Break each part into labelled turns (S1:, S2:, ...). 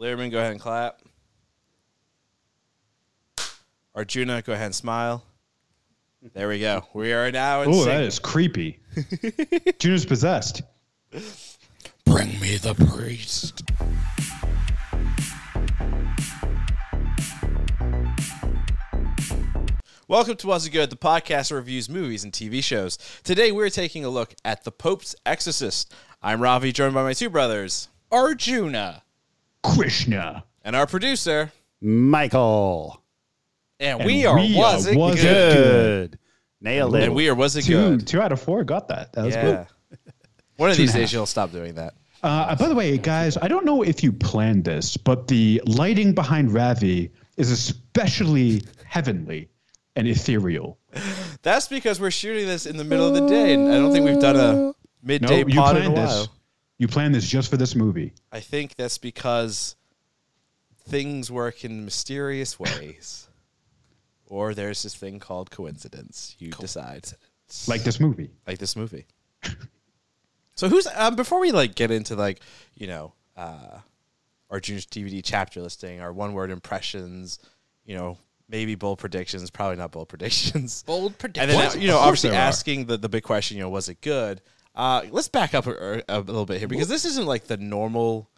S1: Learman, go ahead and clap. Arjuna, go ahead and smile. There we go. We are now in
S2: Oh,
S1: sync.
S2: that is creepy. Junior's possessed.
S1: Bring me the priest. Welcome to Was It Good, the podcast that reviews movies and TV shows. Today we're taking a look at The Pope's Exorcist. I'm Ravi, joined by my two brothers, Arjuna,
S2: Krishna.
S1: and our producer.
S3: Michael.
S1: And,
S2: And
S1: we are
S2: we are
S1: Was It
S2: Was It
S1: Good.
S3: Good. Nailed it.
S1: And we are Was It
S2: Two,
S1: Good.
S2: two out of four got that. That was good.
S1: Yeah. One of these
S2: and a
S1: days you'll stop doing that.
S2: Uh, by the way, guys, I don't know if you planned this, but the lighting behind Ravi is especially heavenly and ethereal.
S1: That's because we're shooting this in the middle of the day, and I don't think we've done a
S2: No,
S1: midday
S2: you
S1: pod in a
S2: planned
S1: while.
S2: this. You planned this just for this movie.
S1: I think that's because things work in mysterious ways, or there's this thing called coincidence. You decide,
S2: Like this movie.
S1: like this movie. so who's um, before we like get into like you know uh, our Junior's DVD chapter listing, our one word impressions, you know maybe bold predictions, probably not bold predictions.
S4: Bold
S1: And then, uh,
S4: predictions.
S1: you know,
S4: Of course
S1: obviously
S4: there are.
S1: asking the, the big question, you know, was it good? Uh, let's back up a, a little bit here because this isn't like the normal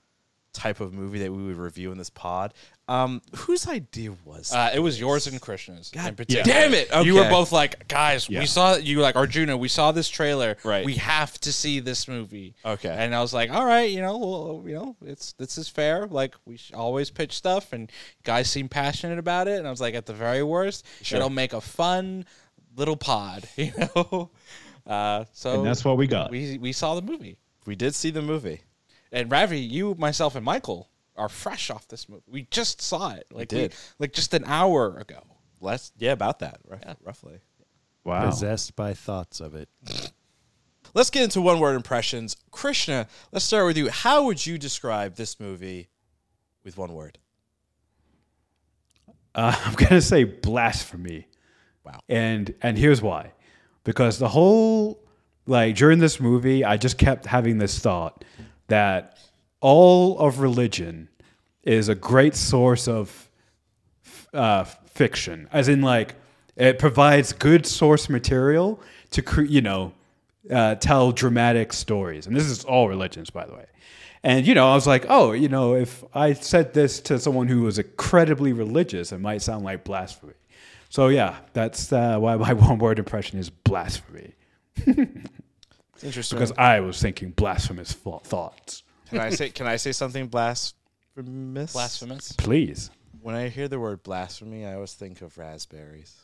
S1: type of movie that we would review in this pod. Um, whose idea was
S4: Uh, it was yours and Krishna's. in particular.
S1: damn it,
S4: You were
S1: okay.
S4: both like, guys,
S2: Yeah.
S4: we saw you like Arjuna. We saw this trailer.
S1: Right.
S4: We have to see this movie.
S1: Okay.
S4: And I was like, all right, you know, well, you know, it's this is fair. Like we sh- always pitch stuff, and guys seem passionate about it. And I was like, at the very worst,
S1: Sure.
S4: it'll make a fun little pod. You know. Uh, so
S2: And that's what we got.
S4: we we saw the movie.
S1: we did see the movie.
S4: and Ravi, you, myself, and Michael are fresh off this movie. We just saw it, like we-
S1: did.
S4: like just an hour ago.
S1: Less, yeah, about that, rough, roughly.
S2: wow.
S3: possessed by thoughts of it.
S1: Let's get into one word impressions. Krishna, let's start with you. How would you describe this movie with one word?
S5: Uh, I'm gonna say blasphemy.
S1: Wow.
S5: And and here's why, because the whole like during this movie, I just kept having this thought that all of religion is a great source of uh, fiction, as in like it provides good source material to cre- you know uh, tell dramatic stories, and this is all religions, by the way. And you know, I was like, oh, you know, if I said this to someone who was incredibly religious, it might sound like blasphemy. So yeah, that's uh, why my one-word impression is blasphemy,
S1: It's interesting.
S5: because I was thinking blasphemous fo- thoughts.
S1: can I say can I say something blasphemous?
S4: Blasphemous.
S5: Please,
S1: When I hear the word blasphemy, I always think of raspberries.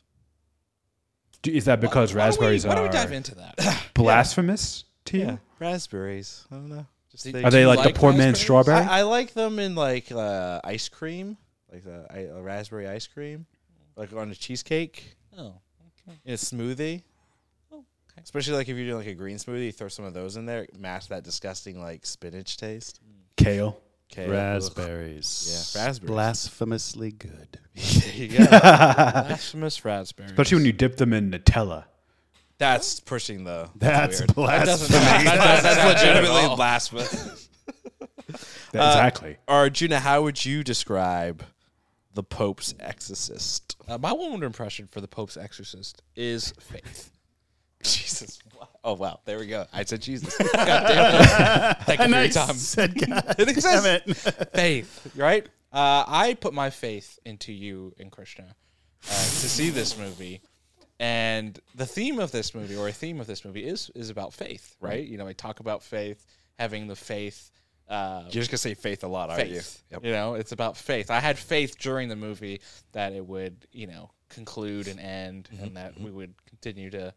S5: Do- is that because
S4: Why don't we-
S5: raspberries
S4: Why don't we
S5: are
S4: dive into that?
S5: blasphemous to you?
S1: Yeah, raspberries. I don't know. Just
S4: Did-
S1: they,
S5: Are
S4: Do
S5: they
S4: you
S5: like,
S4: like
S5: the poor man's
S4: raspberries?
S5: strawberry?
S1: I, I like them in like uh, ice cream, like uh, I- a raspberry ice cream, like on a cheesecake
S4: oh,
S1: in a smoothie.
S4: Oh, okay.
S1: Especially like if you're doing like a green smoothie, you throw some of those in there, match that disgusting like spinach taste.
S5: Kale.
S1: Okay,
S3: Raspberries.
S1: Yeah, raspberries.
S3: Blasphemously good.
S1: there you go.
S4: blasphemous raspberry.
S5: Especially when you dip them in Nutella.
S1: That's pushing the.
S3: That's
S1: weird.
S3: blasphemy.
S1: That's legitimately blasphemous.
S4: Uh,
S5: exactly.
S1: Arjuna, how would you describe the Pope's exorcist?
S4: uh, my one word impression for the Pope's Exorcist is faith.
S1: Jesus. Oh wow, there we go. I said Jesus.
S4: Thank you for your time.
S3: said, God
S4: It exists.
S3: damn it.
S4: faith, right? Uh, I put my faith into you and Krishna uh, to see this movie, and the theme of this movie, or a theme of this movie, is is about faith, right? You know, I talk about faith, having the faith. Uh,
S1: You're just gonna say faith a lot, aren't you?
S4: faith. You know, it's about faith. I had faith during the movie that it would, you know, conclude and end,
S1: Mm-hmm.
S4: and that we would continue to,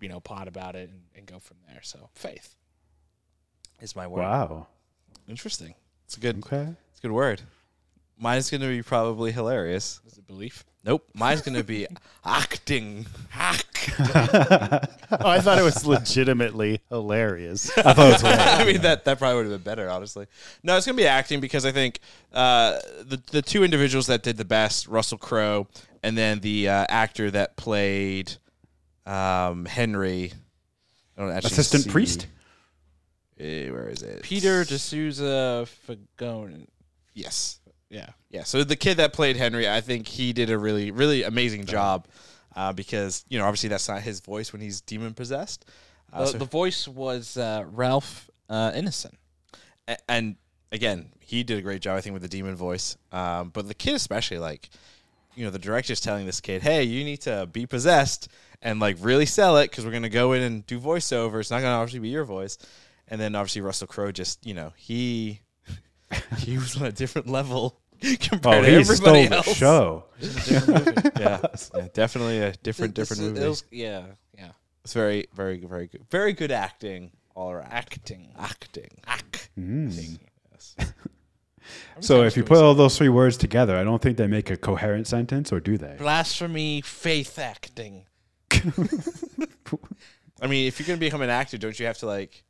S4: you know, pot about it and, and go from there. So faith is my word.
S5: Wow.
S1: Interesting. It's a good.
S5: Okay.
S1: It's a good word. Mine's gonna be probably hilarious.
S4: Is it belief?
S1: Nope. Mine's gonna be acting. Hack.
S3: Oh, I thought it was legitimately hilarious.
S5: I thought it was hilarious.
S1: I mean that that probably would have been better, honestly. No, it's gonna be acting because I think uh, the the two individuals that did the best, Russell Crowe, and then the uh, actor that played um, Henry. I don't actually
S5: Assistant
S1: see-
S5: priest?
S1: Eh, where is it?
S4: Peter D'Souza Fagone.
S1: Yes.
S4: Yeah.
S1: Yeah, so the kid that played Henry, I think he did a really, really amazing job uh, because, you know, obviously that's not his voice when he's demon possessed. Uh,
S4: The,
S1: so-
S4: the voice was uh, Ralph uh, Innocent.
S1: a- and again, he did a great job, I think, with the demon voice. Um, but the kid, especially, like, you know, the director's telling this kid, "Hey, you need to be possessed and like really sell it because we're gonna go in and do voiceover. It's not gonna obviously be your voice." And then obviously Russell Crowe just, you know, he he was on a different level
S5: Oh,
S1: compared to
S5: he stole
S1: everybody
S5: the
S1: else.
S5: show.
S1: Yeah, yeah, definitely a different,
S4: This
S1: different
S4: is-
S1: movie.
S4: it was- yeah, yeah.
S1: It's very, very, very good. Very good acting all around.
S4: Acting.
S1: acting.
S4: Mm.
S5: So if you put all those three words together, I don't think they make a coherent sentence, or do they?
S4: Blasphemy, faith acting.
S1: I mean, if you're gonna become an actor, don't you have to like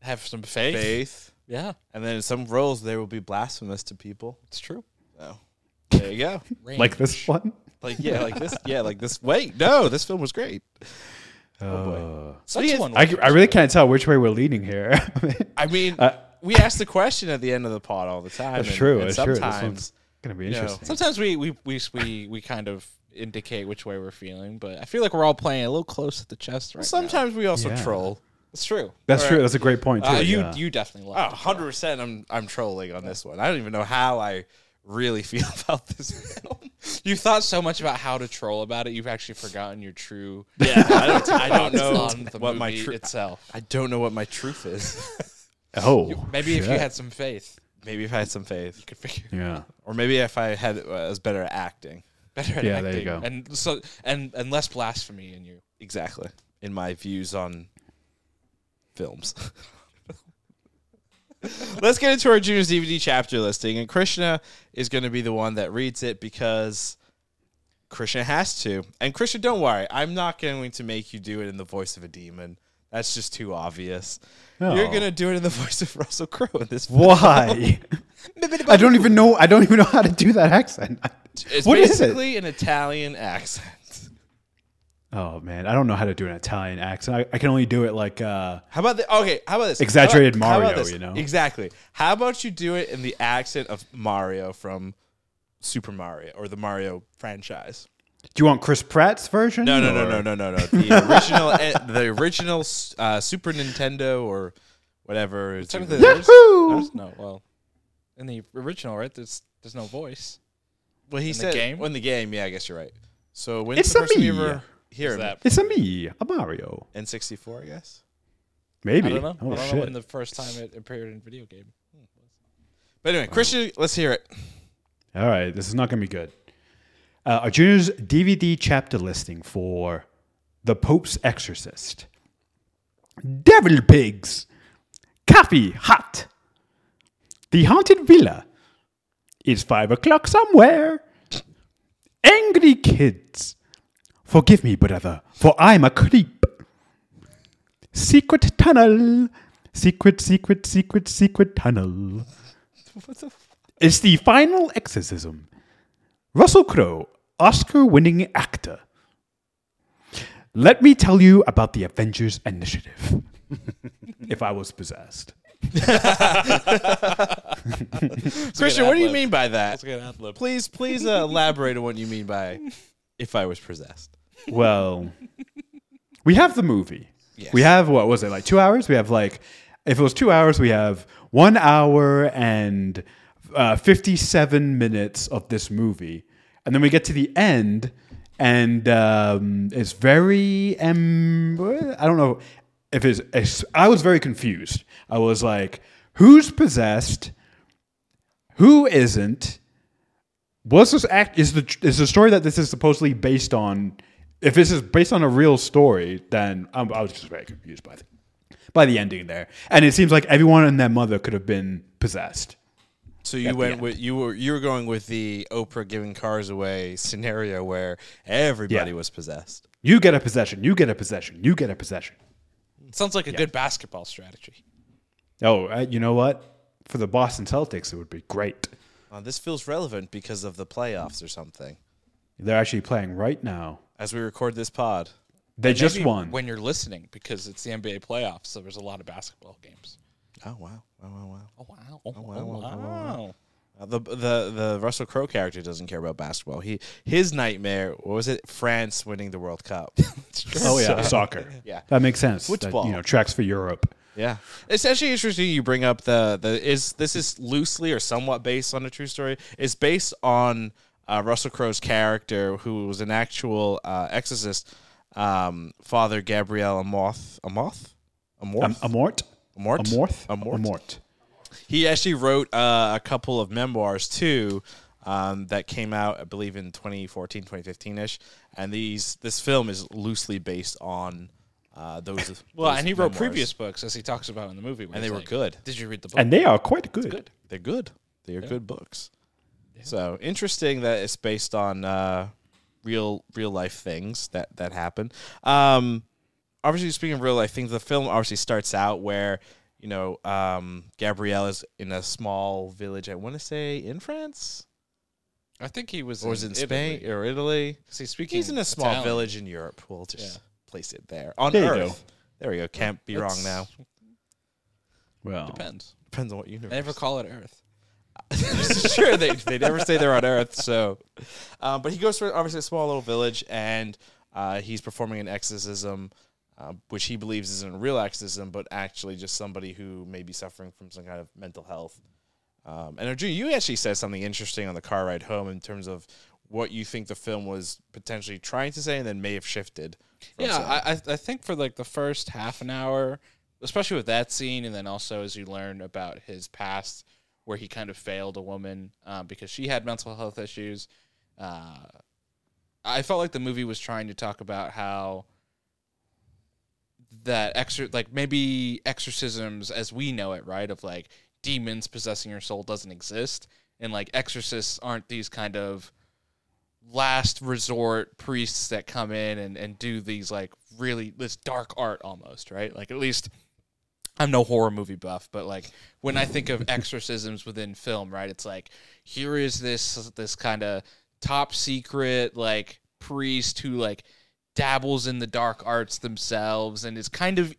S4: Have some faith.
S1: faith?
S4: Yeah,
S1: And then in some roles, they will be blasphemous to people.
S4: it's true.
S1: So there you go.
S5: Like this one?
S1: like yeah, like this. Yeah, like this. Wait, no, this film was great.
S5: Oh.
S4: That's one.
S5: I, I really can't tell which way we're leading here.
S1: I mean,
S5: Uh,
S1: we ask the question at the end of the pod all the time.
S5: That's
S1: and-
S5: true,
S1: And
S5: that's true. This
S1: sometimes
S5: one's gonna be
S1: know,
S5: interesting.
S4: Sometimes we we, we we we kind of indicate which way we're feeling, but I feel like we're all playing a little close at the chest right now.
S1: sometimes we also
S5: Yeah.
S1: troll.
S4: It's true.
S5: That's
S1: All
S5: true.
S1: right.
S5: That's a great point too.
S4: Uh, you
S5: yeah.
S4: you definitely love.
S1: Oh,
S4: it.
S1: 100 percent. I'm I'm trolling on this one. I don't even know how I really feel about this film.
S4: You thought so much about how to troll about it, you've actually forgotten your true.
S1: Yeah, I don't. I don't know
S4: thoughts on the
S1: what my
S4: movie
S1: tru-
S4: itself.
S1: I don't know what my truth is.
S5: oh,
S4: Maybe if you
S5: shit.
S4: had some faith,
S1: maybe if I had some faith,
S4: you could figure
S5: yeah,
S1: or maybe if I had uh, was better at acting.
S4: better at
S5: Yeah,
S4: acting
S5: there you go.
S4: and so and and less blasphemy in you.
S1: Exactly. In my views on films. Let's get into our June's DVD chapter listing. And Krishna is going to be the one that reads it because Krishna has to. And Krishna, don't worry. I'm not going to make you do it in the voice of a demon. That's just too obvious. You're
S5: No.
S1: going to do it in the voice of Russell Crowe in this film.
S5: why? I don't even know. I don't even know how to do that accent.
S1: It's
S5: What is it?
S1: basically an Italian accent.
S5: Oh man, I don't know how to do an Italian accent. I, I can only do it like uh,
S1: How about the okay? How about this?
S5: Exaggerated
S1: How about- how about
S5: Mario,
S1: this?
S5: you know?
S1: exactly. How about you do it in the accent of Mario from Super Mario or the Mario franchise?
S5: Do you want Chris Pratt's version?
S1: No, no, no,
S5: or-
S1: no, no, no, no. The original, eh, the original uh, Super Nintendo or whatever. is
S4: Technically,
S1: even-
S4: there's, there's no well, in the original, right? There's there's no voice.
S1: well, he
S4: the
S1: said
S4: game?
S1: well, in the game. Yeah, I guess you're right. So when's
S5: It's
S1: the
S5: a
S1: first time you
S5: me.
S1: ever hear
S4: that?
S1: that?
S5: It's a me, a Mario.
S1: N64, I guess.
S5: Maybe.
S4: I don't know.
S5: Oh
S4: I don't know
S5: shit.
S4: when the first time it appeared in video game.
S1: But anyway, Christian, let's hear it.
S5: All right, this is not going to be good. Uh, our junior's DVD chapter listing for The Pope's Exorcist. Devil Pigs. Coffee Hot. The Haunted Villa. It's five o'clock somewhere. Angry Kids. Forgive me, brother, for I'm a creep. Secret Tunnel. Secret, secret, secret, secret tunnel. It's the final exorcism. Russell Crowe, Oscar winning actor. Let me tell you about the Avengers Initiative. if I was possessed.
S1: Christian, what do you
S4: ad-lib.
S1: mean by that?
S4: That's a good ad lib.
S1: Please, please uh, elaborate on what you mean by if I was possessed.
S5: Well, we have the movie. We have, what was it, like two hours? We have like, if it was two hours, we have one hour and uh, 57 minutes of this movie. And then we get to the end, and um, it's very, um, I don't know if it's, it's, I was very confused. I was like, who's possessed? Who isn't? was this act is the is the story that this is supposedly based on if this is based on a real story then i i was just very confused by the by the ending there and it seems like everyone and their mother could have been possessed
S1: So you went with you were you were going with the Oprah giving cars away scenario where everybody
S5: Yeah.
S1: was possessed.
S5: you get a possession you get a possession you get a possession
S4: Sounds like a good basketball strategy.
S5: oh uh, you know what for the boston celtics it would be great
S1: Uh, this feels relevant because of the playoffs or something.
S5: they're actually playing right now
S1: As we record this pod,
S5: they just
S4: Maybe
S5: won
S4: when you're listening because it's the NBA playoffs, so there's a lot of basketball games.
S1: oh wow, wow, wow, wow.
S4: Oh wow! Oh, wow! wow.
S1: Uh, the the the Russell Crowe character doesn't care about basketball. He his nightmare what was it France winning the World Cup.
S5: Oh yeah, soccer.
S1: Yeah.
S5: that makes sense. That,
S1: Football.
S5: you know, tracks for Europe.
S1: Yeah, it's actually interesting. You bring up the the is this is loosely or somewhat based on a true story. It's based on uh, Russell Crowe's character, who was an actual uh, exorcist, um, Father Gabriel Amorth, Amorth, Amorth,
S5: Um, Amort.
S1: Amort?
S5: Amort.
S1: Amort.
S5: Amort.
S1: he actually wrote uh, a couple of memoirs too um, that came out i believe in 2014 2015ish and these this film is loosely based on uh, those
S4: Well,
S1: those
S4: and he wrote
S1: memoirs.
S4: previous books, as he talks about in the movie, where
S1: And
S4: he's
S1: they were
S4: like,
S1: good.
S4: Did you read the book?
S5: And they are quite good.
S4: good.
S1: they're good they're good books so interesting that it's based on uh, real real life things that that happen um, obviously speaking of real life things, the film obviously starts out where you know um, Gabrielle is in a small village. I want to say in France
S4: I think he was,
S1: or was it
S4: in,
S1: in Spain
S4: Italy.
S1: or Italy.
S4: Is he speaking
S1: He's in a small
S4: Italian?
S1: village in Europe. We'll just place it there on
S5: There you
S1: Earth.
S5: go.
S1: There we go. Can't be wrong
S4: That's-
S1: now.
S5: Well,
S4: Depends.
S1: Depends on what universe.
S4: They never call it Earth.
S1: sure, they, they never say they're on Earth. So, um, but he goes to obviously a small little village, and uh, he's performing an exorcism, uh, which he believes isn't a real exorcism, but actually just somebody who may be suffering from some kind of mental health. Um, and Arjun, you actually said something interesting on the car ride home in terms of what you think the film was potentially trying to say, and then may have shifted. from
S4: Yeah,
S1: saying.
S4: I, I I think for like the first half an hour, especially with that scene, and then also as you learn about his past, where he kind of failed a woman um, because she had mental health issues. Uh, I felt like the movie was trying to talk about how that exor like maybe exorcisms as we know it, right? Of like demons possessing your soul doesn't exist, and like exorcists aren't these kind of last resort priests that come in and, and do these like really this dark art almost right like at least i'm no horror movie buff but like when i think of exorcisms within film right it's like here is this this kind of top secret like priest who like dabbles in the dark arts themselves and is kind of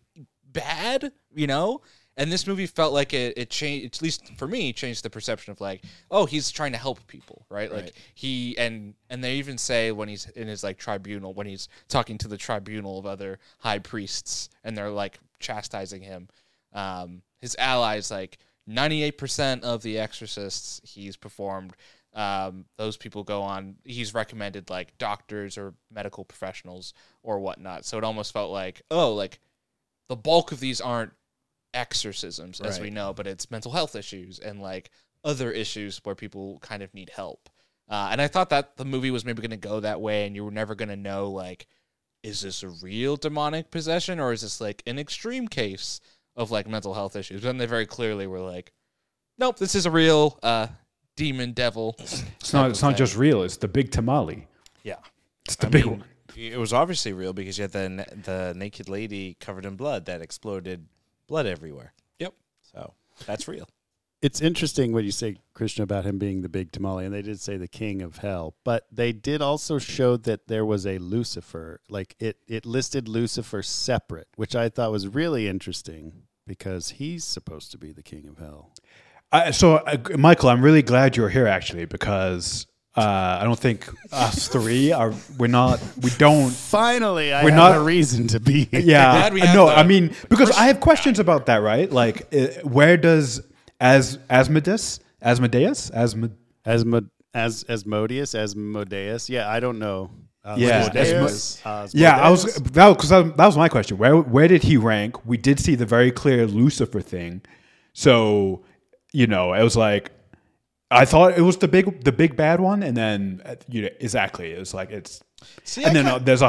S4: bad you know and this movie felt like it, it changed at least for me changed the perception of like oh he's trying to help people right like he and and they even say when he's in his like tribunal when he's talking to the tribunal of other high priests and they're like chastising him um, his allies like 98% of the exorcists he's performed um, those people go on he's recommended like doctors or medical professionals or whatnot so it almost felt like oh like the bulk of these aren't exorcisms as we know, but it's mental health issues and like other issues where people kind of need help. Uh, and I thought that the movie was maybe going to go that way, and you were never going to know like, is this a real demonic possession or is this like an extreme case of like mental health issues? But then they very clearly were like, nope, this is a real uh, demon devil.
S5: it's not. It's not just real. It's the big tamale.
S4: yeah.
S5: It's the big one.
S1: it was obviously real because you had the na- the naked lady covered in blood that exploded blood everywhere.
S4: Yep.
S1: So that's real.
S3: It's interesting what you say, Krishna, about him being the big tamale, and they did say the king of hell, but they did also show that there was a Lucifer. Like it, it listed Lucifer separate, which I thought was really interesting because he's supposed to be the king of hell.
S5: I, so, uh, Michael, I'm really glad you're here actually because uh, I don't think us three are. We're not. We don't.
S3: Finally, I
S5: We're
S3: have
S5: not-
S3: a reason to be. Here.
S5: Yeah,
S4: glad we
S5: I
S4: have
S5: no,
S4: the-
S5: I mean because I have questions about that, right? Like, uh, where does as Asmodeus, Asmodeus, Asmodeus,
S3: Asmo- as Asmodeus, Asmodeus. Yeah, I don't know. Uh,
S5: Yeah,
S3: Asmodeus.
S5: Yeah, I was
S3: Asmodeus?
S5: that because that was my question. Where where did he rank? We did see the very clear Lucifer thing, so you know it was like I thought it was the big the big bad one, and then uh, you know exactly it was like it's
S1: See,
S5: and
S1: I
S5: then uh, there's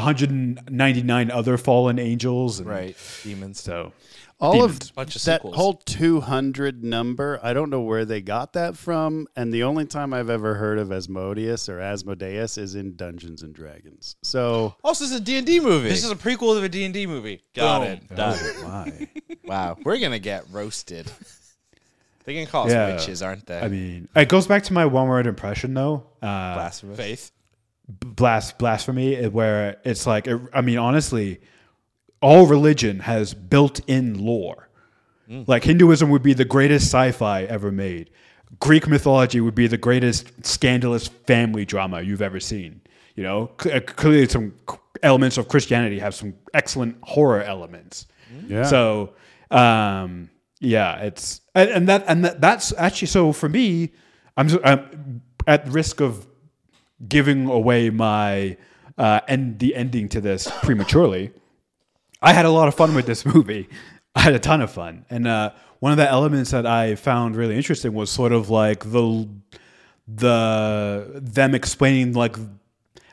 S5: 199 other fallen angels, and
S1: Right. Demons.
S5: So
S3: all
S5: Demons.
S3: of
S4: Bunch of
S3: that
S4: sequels.
S3: whole 200 number i don't know where they got that from and the only time i've ever heard of asmodeus or asmodeus is in dungeons and dragons so
S1: Also, it's a D&D movie.
S4: This is a prequel of a D&D movie.
S1: Got
S4: Boom.
S1: it. Done.
S5: why?
S1: wow. We're going to get roasted. They can call us
S5: Yeah.
S1: witches, aren't they?
S5: I mean, it goes back to my one word impression though. Uh,
S1: Blasphemous.
S4: Faith.
S5: blast blasphemy eh, where it's like it, i mean honestly all religion has built-in lore like hinduism would be the greatest sci-fi ever made Greek mythology would be the greatest scandalous family drama you've ever seen. You know, C- uh, clearly some c- elements of Christianity have some excellent horror elements.
S3: Yeah.
S5: So, um, yeah, it's and, and that and that, that's actually so for me. I'm, s- I'm at risk of giving away my uh, and the ending to this prematurely. I had a lot of fun with this movie. I had a ton of fun, and uh, one of the elements that I found really interesting was sort of like the the them explaining like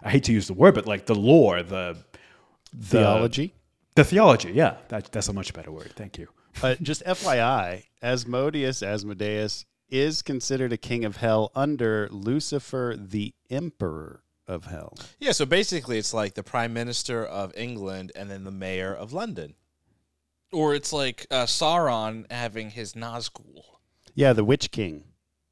S5: I hate to use the word, but like the lore, the the
S3: Theology.
S5: the theology. Yeah, that, that's a much better word. Thank you.
S3: Uh, just FYI, Asmodeus Asmodeus is considered a king of hell under Lucifer, the emperor of hell.
S1: Yeah, so basically it's like the prime minister of England and then the mayor of London.
S4: Or it's like uh, Sauron having his Nazgul.
S3: Yeah, the witch king.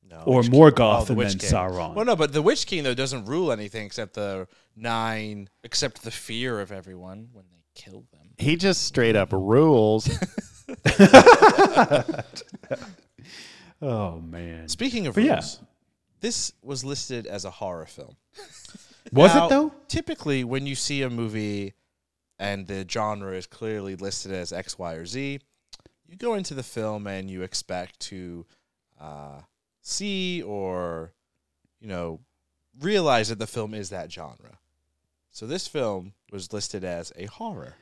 S1: No,
S5: Or
S1: Witch King.
S5: Morgoth
S1: Oh, the
S5: and
S1: Witch
S5: then
S1: King.
S5: Sauron.
S1: Well, no, but the Witch King though doesn't rule anything except the nine.
S4: except the fear of everyone when they kill them.
S3: He just straight up rules.
S5: Oh man,
S1: Speaking of
S5: But yeah.
S1: rules, this was listed as a horror film.
S5: was
S1: Now,
S5: it though?
S1: Typically, when you see a movie and the genre is clearly listed as X, Y, or Z, you go into the film and you expect to uh, see or, you know, realize that the film is that genre. So this film was listed as a horror,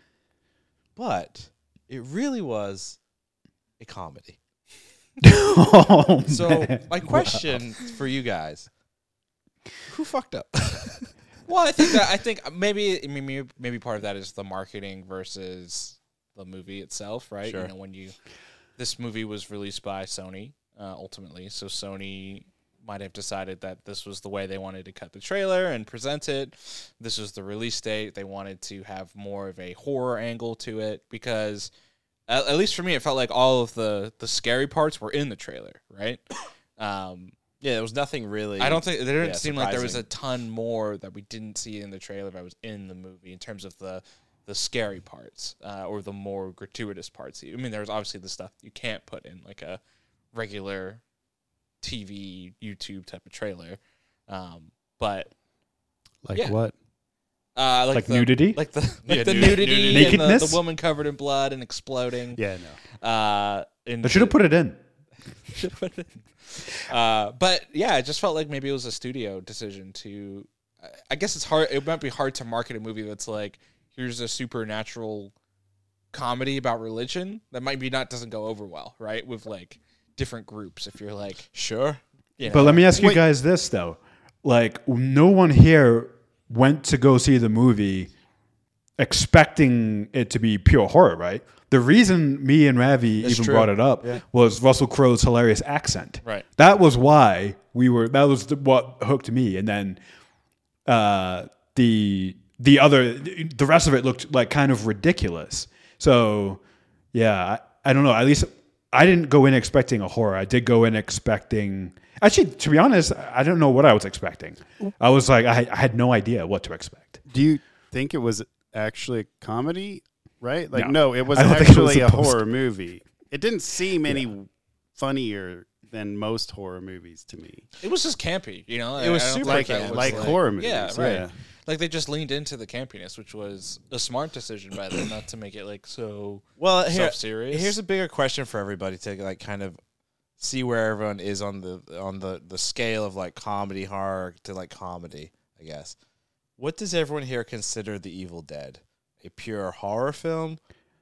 S1: but it really was a comedy.
S5: Oh,
S1: So,
S5: man.
S1: my question for you guys who fucked up?
S4: Well, I think that I think uh, maybe I mean, maybe maybe part of that is the marketing versus the movie itself, right?
S1: Sure.
S4: You know, when you this movie was released by Sony uh, ultimately, so Sony might have decided that this was the way they wanted to cut the trailer and present it. This was the release date. They wanted to have more of a horror angle to it because at, at least for me it felt like all of the the scary parts were in the trailer, right? Um
S1: yeah, there was nothing really.
S4: I don't think there didn't
S1: yeah,
S4: seem like there was a
S1: surprising.
S4: ton more that we didn't see in the trailer that was in the movie in terms of the the scary parts uh, or the more gratuitous parts. I mean, there was obviously the stuff you can't put in like a regular TV YouTube type of trailer, um, but
S3: like
S4: Yeah.
S3: what?
S4: uh, like,
S5: like
S4: the,
S5: nudity.
S4: like the like
S1: Yeah,
S4: the
S1: nudity.
S4: nudity,
S1: Nudity.
S4: and the- the,
S5: Nakedness?
S4: woman covered in blood and exploding.
S3: Yeah, no.
S4: Uh, in
S5: I should have put it in.
S4: uh, but yeah, it just felt like maybe it was a studio decision to. I- I guess it's hard. It might be hard to market a movie that's like, here's a supernatural comedy about religion that might be not doesn't go over well, right? With like different groups. If you're like,
S1: Sure.
S4: you know,
S5: But let me ask you
S3: Wait.
S5: guys this though: like, no one here went to go see the movie expecting it to be pure horror, right? The reason me and Ravi even
S1: true.
S5: brought it up was Russell Crowe's hilarious accent.
S4: Right.
S5: That was why we were. That was the, what hooked me. And then uh, the the other the rest of it looked like kind of ridiculous. So yeah, I, I don't know. At least I didn't go in expecting a horror. I did go in expecting. Actually, to be honest, I don't know what I was expecting. I was like, I, I had no idea what to expect.
S3: Do you think it was actually a comedy? Right? Like,
S5: No.
S3: no, it was
S5: I don't think it was
S3: actually a
S5: supposed
S3: horror movie. It didn't seem any funnier than most horror movies to me.
S4: it was just campy. You know,
S1: It was
S4: I don't
S1: super
S4: think
S3: Like,
S1: Okay,
S4: that
S1: campy.
S3: like,
S4: was,
S3: horror movies.
S4: Yeah,
S3: Yeah,
S4: right. Like they just leaned into the campiness, which was a smart decision by them not to make it like so.
S1: Well, here,
S4: Self-serious?
S1: here's a bigger question for everybody to like kind of see where everyone is on the on the the scale of like comedy horror to like comedy, I guess. What does everyone here consider The Evil Dead? A pure horror film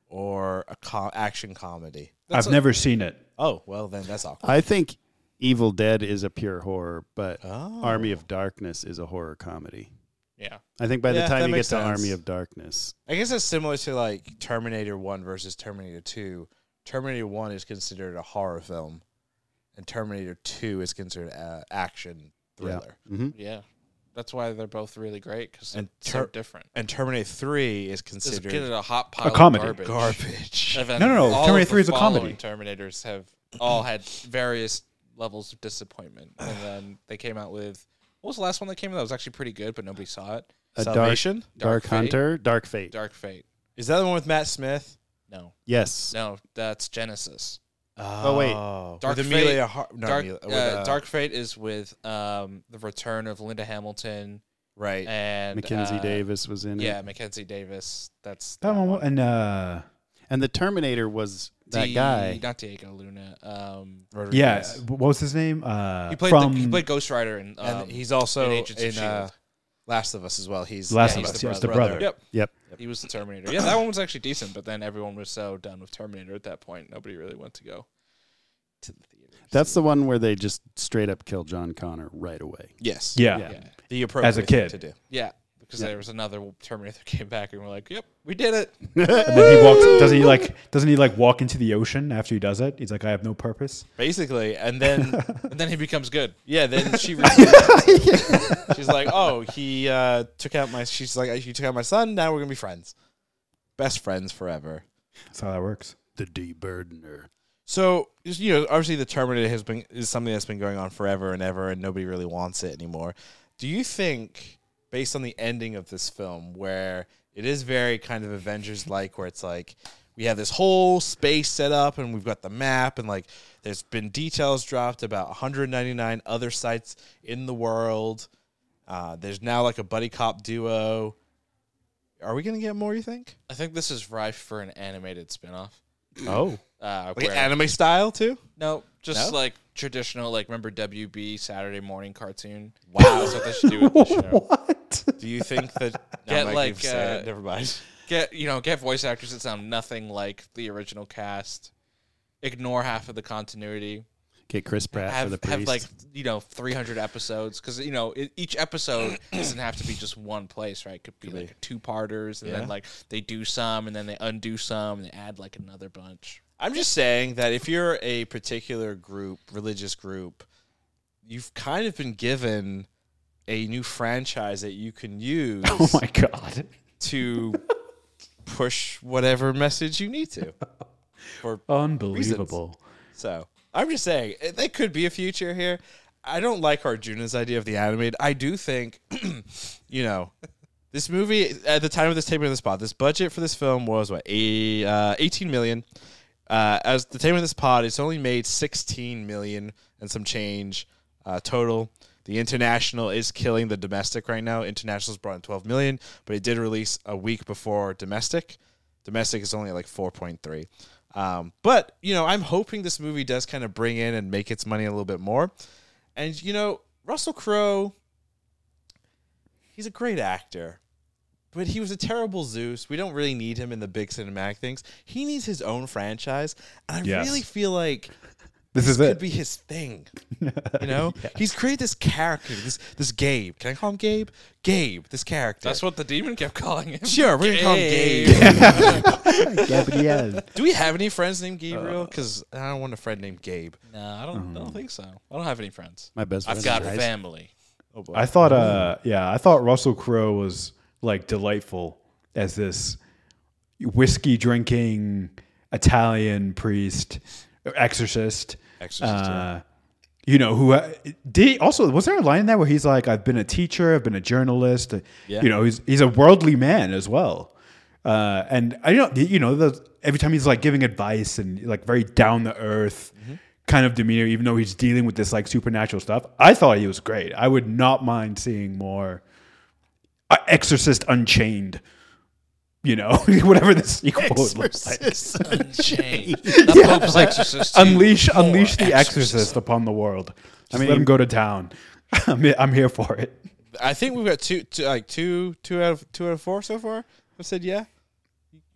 S1: or a co- action comedy?
S5: I've never seen it.
S1: Oh, well then that's awkward.
S3: I think Evil Dead is a pure horror, but
S1: Oh.
S3: Army of Darkness is a horror comedy.
S4: Yeah,
S3: I think by
S1: Yeah,
S3: the
S1: that
S3: time you get
S1: makes
S3: to
S1: sense.
S3: Army of Darkness,
S1: I guess that's similar to like Terminator 1 versus Terminator 2. Terminator 1 is considered a horror film and Terminator 2 is considered a action
S3: Yeah.
S1: thriller.
S3: Mhm.
S4: yeah. That's why they're both really great because they're
S1: And
S4: so
S1: ter-
S4: different.
S1: and Terminator 3 is
S4: Just
S1: considered
S4: get it a hot pile.
S5: comedy.
S4: Of garbage.
S1: garbage.
S4: And then
S5: No, no, no,
S4: all of
S5: Terminator
S4: the
S5: 3 is a
S4: following
S5: comedy.
S4: Terminators have all had various levels of disappointment, and then they came out with what was the last one that came out that was actually pretty good, but nobody saw it.
S3: a dark,
S1: Salvation?
S3: dark
S4: Fate?
S3: Hunter, Dark Fate.
S4: Dark Fate.
S1: Is that the one with Matt Smith?
S4: No,
S3: Yes.
S4: no, that's Genesis.
S3: Oh wait,
S4: Dark
S1: with
S4: Fate-
S1: Amelia Har- no,
S4: Dark,
S1: Amelia-
S4: uh,
S1: with, uh,
S4: Dark Fate is with um, the return of Linda Hamilton
S1: right?
S4: and
S3: Mackenzie
S4: uh,
S3: Davis was in
S4: Yeah,
S3: it,
S4: Mackenzie Davis. That's
S5: That one wa- and uh,
S3: and the Terminator was that
S4: Di-
S3: guy.
S4: not Diego Luna. Um,
S5: yeah,
S1: Rodriguez.
S5: what was his name? Uh,
S4: he played
S5: from
S4: the, he played Ghost Rider and, um,
S1: and he's also
S4: in
S1: in,
S4: Agents of
S1: uh,
S4: S.H.I.E.L.D..
S1: Last of Us as well. He's
S5: Last
S4: E
S1: yeah,
S5: of
S1: he's
S5: Us. yes, the
S1: bro-
S5: brother.
S4: Yep.
S3: Yep.
S4: He was the Terminator. Yeah, that one was actually decent, but then everyone was so done with Terminator at that point. Nobody really went to go to the theater.
S3: That's the one where they just straight up kill John Connor right away.
S1: Yes.
S5: Yeah.
S3: Yeah.
S1: The appropriate
S5: As a kid.
S1: thing to do.
S4: Yeah, because there was another Terminator that came back, and we're like, "Yep, we did it."
S5: And then he walks. Doesn't he like? Doesn't he like walk into the ocean after he does it? He's like, I have no purpose.
S1: Basically, and then
S4: And then he becomes good.
S1: yeah, then she realizes- she's like, "Oh, he uh, took out my." She's like, "You took out my son. Now we're gonna be friends, best friends forever."
S5: That's how that works.
S3: The deburdener.
S1: So just, you know, obviously, the Terminator has been is something that's been going on forever and ever, and nobody really wants it anymore. Do you think, based on the ending of this film, where it is very kind of Avengers like, where it's like we have this whole space set up, and we've got the map, and like there's been details dropped about 199 other sites in the world. Uh, there's now like a buddy cop duo. Are we gonna get more? You think?
S4: I think this is rife for an animated spinoff.
S3: Oh,
S4: Uh,
S1: Like
S4: where-
S1: anime style too?
S4: no, just
S1: No?
S4: like traditional, like remember WB Saturday morning cartoon. Wow, that's what they should do with the show.
S5: What?
S1: Do you think that?
S4: Get,
S1: I'm not gonna
S4: like,
S1: say it.
S4: uh,
S1: never mind.
S4: Get you know, get voice actors that sound nothing like the original cast. Ignore half of the continuity.
S3: get Chris Pratt for the
S4: have,
S3: priest.
S4: have like you know 300 episodes because you know it, each episode doesn't have to be just one place right it could be like two parters and
S1: Yeah.
S4: then like they do some and then they undo some and they add like another bunch
S1: I'm just saying that if you're a particular group, religious group, you've kind of been given a new franchise that you can use
S5: Oh my god.
S1: to push whatever message you need to. For
S5: Unbelievable.
S1: so, I'm just saying eh, there could be a future here. I don't like Arjuna's idea of the animated. I do think, you know, this movie at the time of this taping of this pod, this budget for this film was what a uh, 18 million. Uh, as the taping of this pod, it's only made 16 million and some change uh, total. The international is killing the domestic right now. International's brought in 12 million, but it did release a week before domestic. Domestic is only at like 4.3. Um, but you know, I'm hoping this movie does kind of bring in and make its money a little bit more. And you know, Russell Crowe, he's a great actor, but he was a terrible Zeus. We don't really need him in the big cinematic things. He needs his own franchise, and I
S5: Yes.
S1: really feel like
S5: This is
S1: could
S5: it.
S1: be his thing. You know, he's created this character, this this Gabe. Can I call him Gabe? Gabe, this character.
S4: that's what the demon kept calling him
S1: sure. We're gonna call him Gabe.
S5: Gabriel.
S1: Do we have any friends named Gabriel? Because I don't want a friend named Gabe.
S4: no i don't, I don't think so i don't have any friends
S3: my best.
S4: i've
S3: friend
S4: got
S3: dies.
S4: family
S5: I thought uh yeah, I thought Russell Crowe was like delightful as this whiskey drinking Italian priest exorcist.
S1: Exorcist,
S5: Uh, you know who uh, did also was there a line in there where he's like I've been a teacher, I've been a journalist, uh, you know, he's he's a worldly man as well. Uh, and I don't you know the, every time he's like giving advice and like very down to earth kind of demeanor even though he's dealing with this like supernatural stuff. I thought he was great. I would not mind seeing more uh, Exorcist Unchained. You know, whatever the sequel would look like.
S4: Unchained. the pope's exorcist
S5: Unleash,
S4: More
S5: unleash the exorcist upon the world. I mean, let him go to town. I'm, he- I'm here for it.
S1: I think we've got two, two like two, two out of two out of four so far. I've said yeah.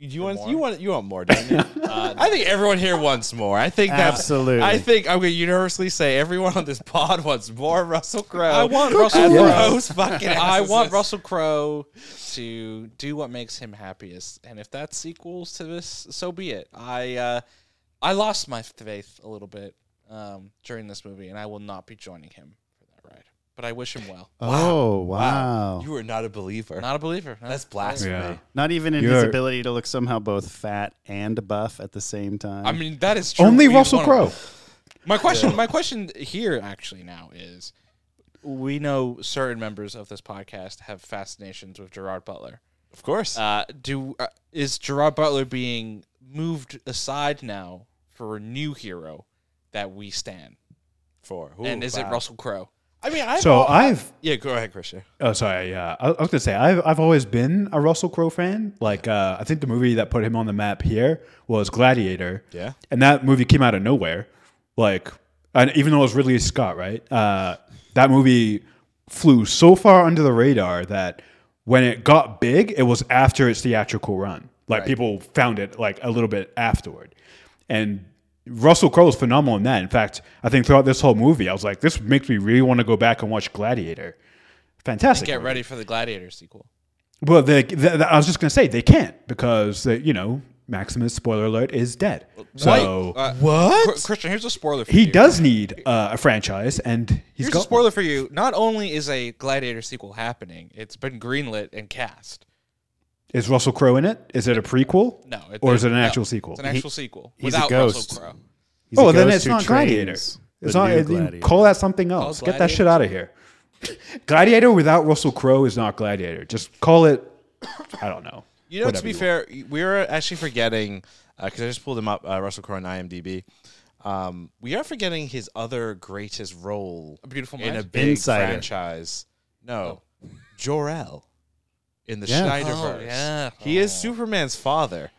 S1: You want you want you want more, don't you? Uh, I think everyone here wants more. I think that's
S3: Absolutely.
S1: I think I'm gonna universally say everyone on this pod wants more Russell Crowe.
S4: I want Russell
S1: as
S4: Crowe.
S1: Rose fucking.
S4: I want
S1: Exorcist.
S4: Russell Crowe to do what makes him happiest, and if that's sequels to this, so be it. I uh, I lost my faith a little bit um, during this movie, and I will not be joining him for that ride. But I wish him well.
S3: Oh wow!
S1: You are not a believer.
S4: Not a believer. No.
S1: that's blasphemy.
S5: Yeah.
S3: Not even in his
S5: You're-
S3: ability to look somehow both fat and buff at the same time.
S4: I mean, that is true.
S5: Only
S4: He's
S5: Russell
S4: one of-
S5: Crowe.
S4: My question, my question here actually now is, we know certain members of this podcast have fascinations with Gerard Butler.
S1: Of course.
S4: Uh, do uh, is Gerard Butler being moved aside now for a new hero that we stand?
S1: for who?
S4: And is it
S1: Wow.
S4: Russell Crowe? I mean, I
S5: So I've
S1: Yeah, go ahead, Christian.
S5: Oh, sorry. Yeah, I, I was gonna say I've I've always been a Russell Crowe fan. Like, uh, I think the movie that put him on the map here was Gladiator.
S1: Yeah.
S5: and that movie came out of nowhere. Like, and even though it was Ridley Scott, right? Uh, that movie flew so far under the radar that when it got big, it was after its theatrical run. Like, people found it like a little bit afterward, and. Russell Crowe is phenomenal in that. In fact, I think throughout this whole movie, I was like, "This makes me really want to go back and watch Gladiator." Fantastic!
S4: get
S5: movie.
S4: ready for the Gladiator sequel.
S5: Well, they, th th I was just going to say they can't because they, you know Maximus. Spoiler alert is dead. So
S4: uh,
S1: what? Christian, here's a spoiler for
S5: he
S1: you.
S5: does need uh, a franchise, and he's
S4: Here's
S5: got
S4: a spoiler for you. Not only is a Gladiator sequel happening, it's been greenlit and cast.
S5: one. Is Russell Crowe in it? Is it a prequel?
S4: No,
S5: or is it an
S4: no,
S5: actual sequel?
S4: It's an actual sequel
S3: he's a
S4: without
S3: ghost.
S4: Russell Crowe.
S3: He's a
S5: oh, then
S3: ghost
S5: it's
S3: who
S5: not Gladiator.
S3: trains
S5: It's
S3: the
S5: not.
S3: new
S5: you
S3: Gladiator.
S5: Call that something else. Get that
S4: Gladiator.
S5: shit out of here. Gladiator without Russell Crowe is not Gladiator. Just call it. I don't know.
S1: You know,
S5: Whatever
S1: to be
S5: you
S1: fair, we are actually forgetting because I just pulled him up, uh, Russell Crowe on IMDb. Um, we are forgetting his other greatest role
S4: A Beautiful
S1: in
S4: Mind.
S1: a big
S3: Insider.
S1: franchise. No, Jor El in the
S3: Yeah.
S1: Schneiderverse.
S4: Oh, yeah.
S1: he is Superman's father.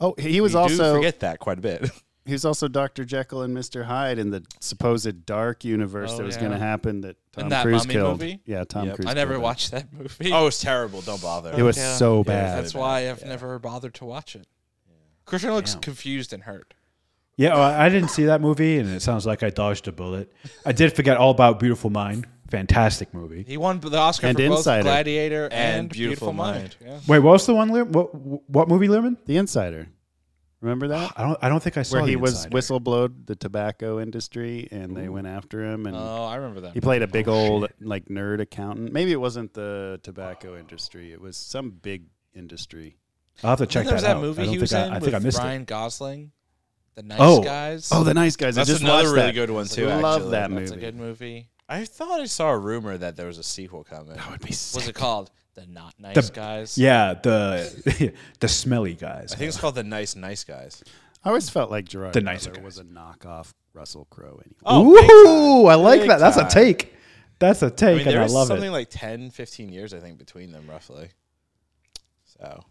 S3: Oh, he
S1: We
S3: was
S1: do
S3: also
S1: forget that quite a bit.
S3: he was also Doctor Jekyll and Mister Hyde in the supposed dark universe
S4: Oh,
S3: that was
S4: yeah.
S3: going to happen that Tom
S4: that
S3: Cruise
S4: Mummy
S3: killed.
S4: movie?
S3: Yeah, Tom
S1: Yep.
S3: Cruise.
S4: I never
S3: killed him.
S4: watched that movie.
S1: oh, it's terrible. Don't bother.
S3: It was
S4: Yeah.
S3: so
S1: Yeah,
S3: bad.
S4: That's why I've never bothered to watch it. Christian looks confused and hurt.
S5: Yeah, well, I didn't see that movie, and it sounds like I dodged a bullet. I did forget all about Beautiful Mind. Fantastic movie.
S4: He won the Oscar
S3: And
S4: for
S3: Insider.
S4: both Gladiator and,
S1: Beautiful
S4: Beautiful,
S1: Mind.
S4: Mind. Yeah.
S5: Wait, what was the one? Lear- What what movie, Lerman?
S3: The Insider. Remember that?
S5: I don't. I don't think I saw.
S3: Where he
S5: The
S3: was
S5: Insider.
S3: whistleblowed the tobacco industry and they went after him and
S4: Oh, I remember that.
S3: he played a big old like nerd accountant. Maybe it wasn't the tobacco industry. It was some big industry.
S5: I'll have to check
S4: There was
S5: that,
S4: that
S5: out.
S4: movie
S5: I don't
S4: he
S5: think
S4: was
S5: I,
S4: in
S5: I
S4: with
S5: think I missed
S4: Ryan Gosling, The Nice
S5: Oh.
S4: Guys.
S3: Oh, the nice guys.
S1: That's
S3: I just
S1: another
S3: watched
S1: really
S3: that.
S1: good one too.
S3: Love
S1: actually.
S3: that
S4: That's
S3: movie.
S4: a good movie.
S1: I thought I saw a rumor that there was a sequel coming.
S3: That would be sick.
S4: Was it called The Not Nice
S5: The-
S4: Guys?
S5: it. Yeah, the the smelly guys.
S1: I think it's called the Nice Nice Guys.
S3: I always felt like Gerard
S5: The
S3: the
S5: nicer
S3: was a
S5: guys.
S3: knockoff Russell Crowe. Anyway.
S5: Ooh, I like
S1: Big
S5: that. That's a
S1: time.
S5: take. That's a
S1: I mean,
S5: take, and
S1: there
S5: I
S1: is
S5: love
S1: something
S5: it.
S1: like 10, 15 years, I think, between them roughly. So,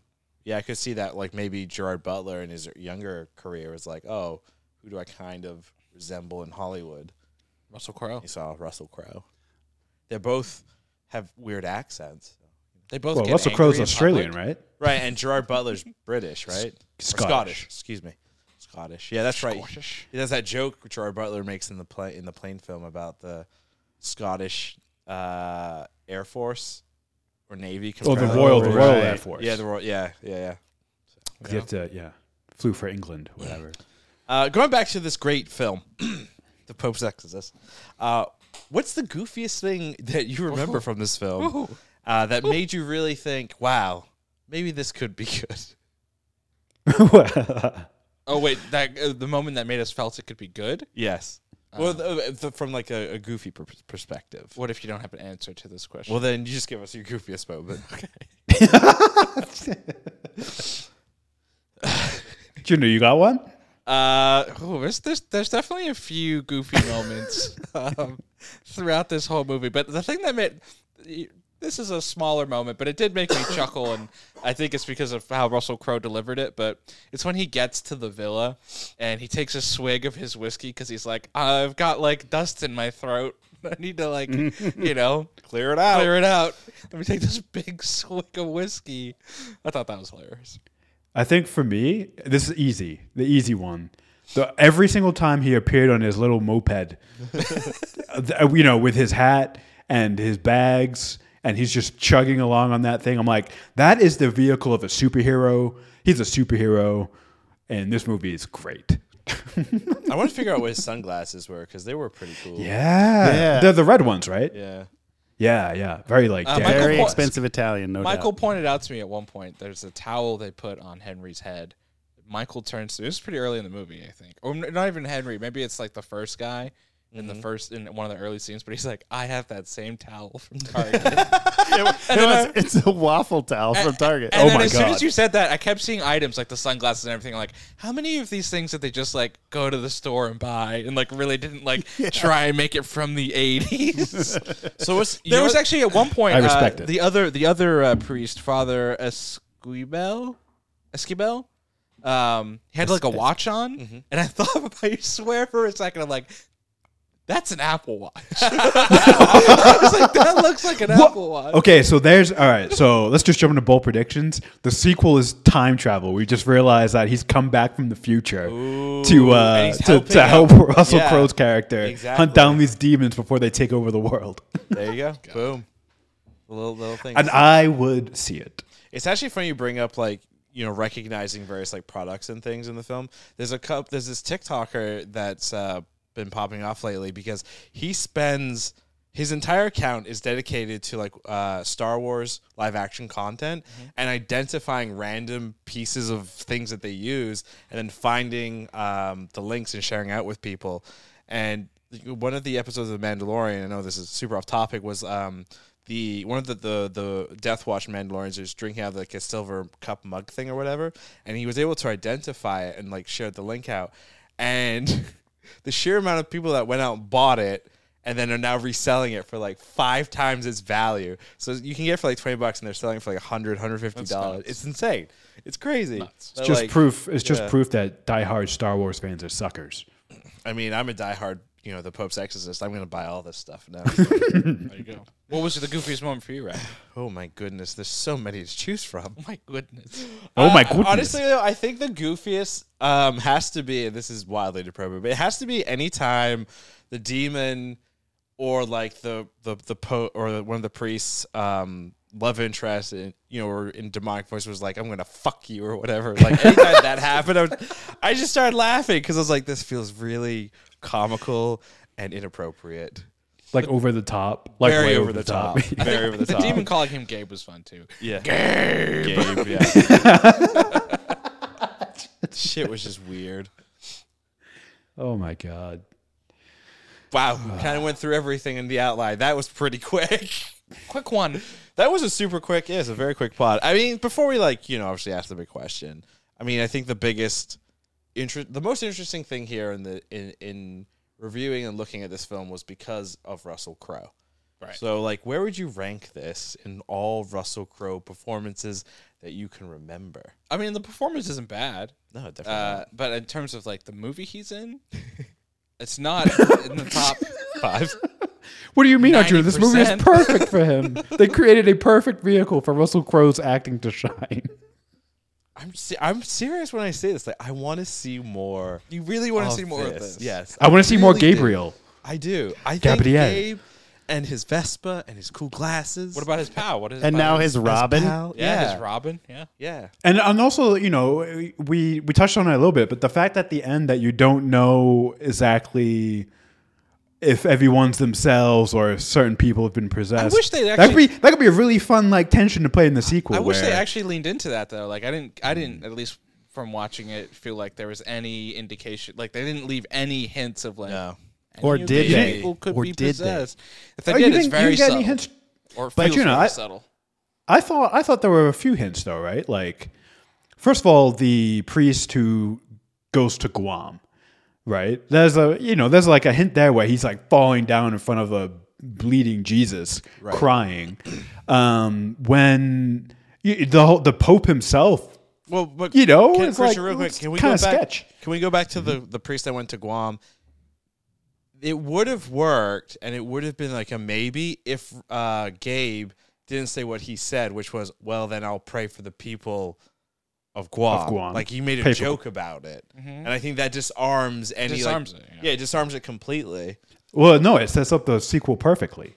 S1: yeah, I could see that, like, maybe Gerard Butler in his younger career was like, oh, who do I kind of resemble in Hollywood?
S4: Russell Crowe.
S1: He saw Russell Crowe. They both have weird accents.
S4: They both.
S5: Well,
S4: get
S5: Russell
S4: angry
S5: Crowe's
S4: in
S5: Australian,
S4: public.
S5: right?
S1: Right, and Gerard Butler's British, right? Or
S5: Scottish.
S1: Excuse me. Scottish. Yeah, that's right. He does that joke Gerard Butler makes in the play in the plane film about the Scottish uh, Air Force or Navy.
S5: Oh, the
S1: compared-
S5: Royal, the
S3: right.
S5: Royal Air
S3: Right.
S5: Force.
S1: Yeah, the Royal. Yeah, yeah, yeah.
S5: You have to, yeah, flew for England, whatever.
S1: Uh, going back to this great film, The Pope's Exorcist. Uh, what's the goofiest thing that you remember from this film uh, that made you really think, "Wow, maybe this could be good"?
S4: Oh wait, that uh, the moment that made us felt it could be good.
S1: Yes. well, the, the, from like a, a goofy per- perspective.
S4: What if you don't have an answer to this question?
S1: Well, then you just give us your goofiest moment. Okay.
S5: Junior, you got one?
S4: Uh, oh, there's, there's there's definitely a few goofy moments um, throughout this whole movie, but the thing that made this is a smaller moment, but it did make me chuckle, and I think it's because of how Russell Crowe delivered it. But it's when he gets to the villa and he takes a swig of his whiskey because he's like, I've got like dust in my throat. I need to like, you know,
S1: Clear it out.
S4: clear it out. Let me take this big swig of whiskey. I thought that was hilarious.
S5: I think for me, this is easy. The easy one. The, every single time he appeared on his little moped, uh, you know, with his hat and his bags, and he's just chugging along on that thing. I'm like, that is the vehicle of a superhero. He's a superhero, and this movie is great.
S1: I want to figure out what his sunglasses were because they were pretty cool.
S5: Yeah.
S3: Yeah.
S5: they're the red ones, right? Yeah,
S1: Yeah.
S5: yeah, Very like
S4: Uh,
S5: Daniel.
S3: Very
S4: Michael-
S3: expensive Italian, no
S4: Michael
S3: doubt.
S4: pointed out to me at one point there's a towel they put on Henry's head. Michael turns to this is pretty early in the movie, I think. Or n- not even Henry, maybe it's like the first guy. in
S3: Mm-hmm.
S4: the first in one of the early scenes, but he's like, I have that same towel from Target.
S3: It was- it's a waffle towel from Target.
S4: And
S5: Oh
S4: then
S5: my
S4: as soon
S5: God.
S4: as you said that, I kept seeing items like the sunglasses and everything. I'm like, how many of these things did they just like go to the store and buy and like really didn't like try and make it from the 80s?
S1: So what's you
S4: there
S1: know
S4: was
S1: what-
S4: actually at one point
S3: I
S4: uh,
S3: respect it.
S4: the other the other uh, priest, Father Esquibel, Esquibel. Um, he had like a watch on,
S1: mm-hmm.
S4: and I thought, I swear for a second, I'm like, that's an Apple Watch. I was like, that looks like an
S5: What?
S4: Apple Watch.
S5: Okay, so there's all right. So let's just jump into bold predictions. The sequel is time travel. We just realized that he's come back from the future to
S1: and
S5: uh,
S1: he's
S5: to, to help
S1: helping
S5: Russell
S1: Yeah,
S5: Crowe's character hunt
S1: exactly.
S5: down these demons before they take over the world.
S1: there you go. Boom. Little little thing.
S5: And I would see it.
S1: It's actually funny you bring up like you know recognizing various like products and things in the film. There's a cup. There's this TikToker that's uh, been popping off lately because he spends his entire account is dedicated to like uh, Star Wars live action content and identifying random pieces of things that they use and then finding um, the links and sharing out with people. And one of the episodes of The Mandalorian, I know this is super off topic, was um, the one of the, the the Death Watch Mandalorians was drinking out of like a silver cup mug thing or whatever, and he was able to identify it and like shared the link out, and the sheer amount of people that went out and bought it. And then are now reselling it for like five times its value. So you can get it for like 20 bucks and they're selling it for like 100, 150 dollars. It's insane. It's crazy. But,
S5: It's just
S1: like,
S5: proof. It's just
S1: yeah.
S5: proof that diehard Star Wars fans are suckers.
S1: I mean, I'm a diehard, you know, the Pope's exorcist. I'm going to buy all this stuff now.
S4: There you go. What was the goofiest moment for you, Ryan?
S1: oh my goodness. There's so many to choose from.
S4: My goodness.
S5: Oh my
S1: Uh,
S5: goodness!
S1: Honestly, though, I think the goofiest um, has to be, and this is wildly appropriate, but it has to be anytime the demon or like the the the po- or one of the priests um, love interest and you know or in demonic voice was like, "I'm gonna fuck you" or whatever. Like anytime that happened, I, was, I just started laughing because I was like, "This feels really comical and inappropriate."
S5: like over the top, like
S1: Very
S5: way
S1: over the top. Very over the
S4: The
S1: top.
S4: demon calling him Gabe was fun too.
S1: Yeah. Gabe, yeah. Shit was just weird.
S5: oh my god!
S1: Wow, kind of went through everything in the outline. That was pretty quick.
S4: Quick one.
S1: That was a super quick, yes, a very quick pod. I mean, before we like, you know, obviously ask the big question. I mean, I think the biggest inter- the most interesting thing here in the in in reviewing and looking at this film was because of Russell Crowe.
S4: Right.
S1: So, like, where would you rank this in all Russell Crowe performances that you can remember?
S4: I mean, the performance isn't bad,
S1: No, definitely.
S4: uh,
S1: not.
S4: but in terms of like the movie he's in, it's not in the top.
S1: Five.
S5: What do you mean, Andrew? This movie is
S4: 90%.
S5: perfect for him. they created a perfect vehicle for Russell Crowe's acting to shine.
S1: I'm se- I'm serious when I say this. Like, I want to see more.
S4: You really want to see
S1: of
S4: more of this?
S1: Yes,
S5: I want to see more
S1: really do.
S5: Gabriel.
S1: I do. I
S5: Gabriel.
S1: think Gabe and his Vespa and his cool glasses.
S4: What about his pal? What is?
S3: And now his Robin.
S1: pal?
S4: yeah,
S1: Yeah.
S4: his Robin. Yeah.
S1: yeah.
S5: And and also, you know, we we touched on it a little bit, but the fact at the end that you don't know exactly if everyone's themselves or if certain people have been possessed.
S4: wish they'd
S5: that could
S4: actually-
S5: be that could be a really fun like tension to play in the sequel.
S4: I wish they
S5: where-
S4: actually leaned into that though. Like I didn't. I didn't at least from watching it feel like there was any indication. Like they didn't leave any hints of like.
S1: No.
S4: any
S3: Or
S4: of
S3: did
S4: these
S3: they?
S4: People could
S3: Or
S4: be
S3: did they?
S4: possessed. If they
S5: Oh, you
S4: did,
S5: didn't,
S4: it's
S5: you
S4: very
S5: didn't get
S4: subtle.
S5: any hints.
S4: Or
S5: But
S4: feels
S5: you know,
S4: very
S5: I-
S4: subtle.
S5: I thought I thought there were a few hints though, right? Like, first of all, the priest who goes to Guam, right? There's a you know there's like a hint there where he's like falling down in front of a bleeding Jesus, crying. Um, when you, the whole, the Pope himself,
S1: Well, but
S5: You know,
S1: can,
S5: it's
S1: Christian,
S5: like,
S1: real quick,
S5: it's
S1: can we go
S5: kinda
S1: back?
S5: sketch.
S1: Can we go back to the the priest that went to Guam? It would have worked, and it would have been like a maybe if uh, Gabe didn't say what he said, which was, "Well, then I'll pray for the people." Of Guam.
S5: Of Guam.
S1: like he made a
S5: Pray for-
S1: joke about it, and I think that Mm-hmm. disarms any like-
S4: Disarms it, yeah.
S1: yeah, it disarms it completely.
S5: well, no, it sets up the sequel perfectly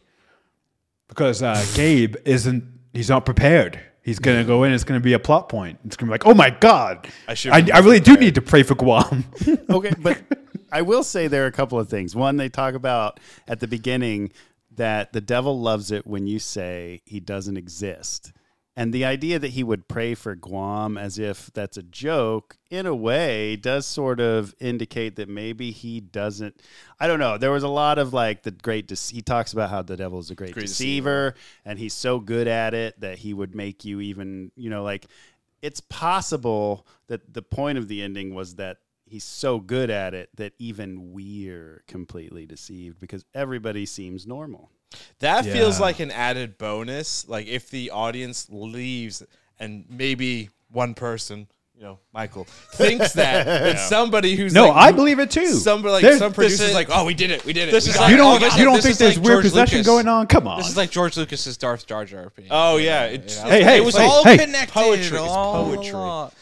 S5: because uh, Gabe isn't he's not prepared. He's gonna go in. It's gonna be a plot point. It's gonna be like, oh my god,
S1: I should
S5: I,
S1: be
S5: I really do need to pray for Guam.
S3: okay, but I will say there are a couple of things. One, they talk about at the beginning that the devil loves it when you say he doesn't exist. And the idea that he would pray for Guam as if that's a joke, in a way, does sort of indicate that maybe he doesn't. I don't know. There was a lot of like the great. De- he talks about how the devil is a great, deceiver, and he's so good at it that he would make you even. You know, like it's possible that the point of the ending was that he's so good at it that even we're completely deceived because everybody seems normal.
S1: That feels
S5: Yeah.
S1: like an added bonus. Like if the audience leaves and maybe one person, you know, Michael, thinks that but somebody who's
S5: No,
S1: like,
S5: I believe it too.
S1: Somebody like
S5: There's-
S1: some
S5: this
S1: producer's
S5: is-
S1: like, oh, we did it, we did it.
S4: This
S1: we
S4: is
S1: got
S4: like-
S1: it.
S5: you don't
S4: Oh, this-
S5: you don't
S4: this
S5: think
S4: is
S5: there's
S4: like
S5: weird
S4: George
S5: possession
S4: Lucas.
S5: going on? Come on.
S4: This is like George Lucas's Darth Jar Jar opinion.
S1: Oh yeah, it's
S4: Yeah.
S5: hey, hey,
S1: it was
S5: hey,
S1: all
S5: hey.
S1: connected. Poetry is
S4: all
S1: poetry.
S4: along.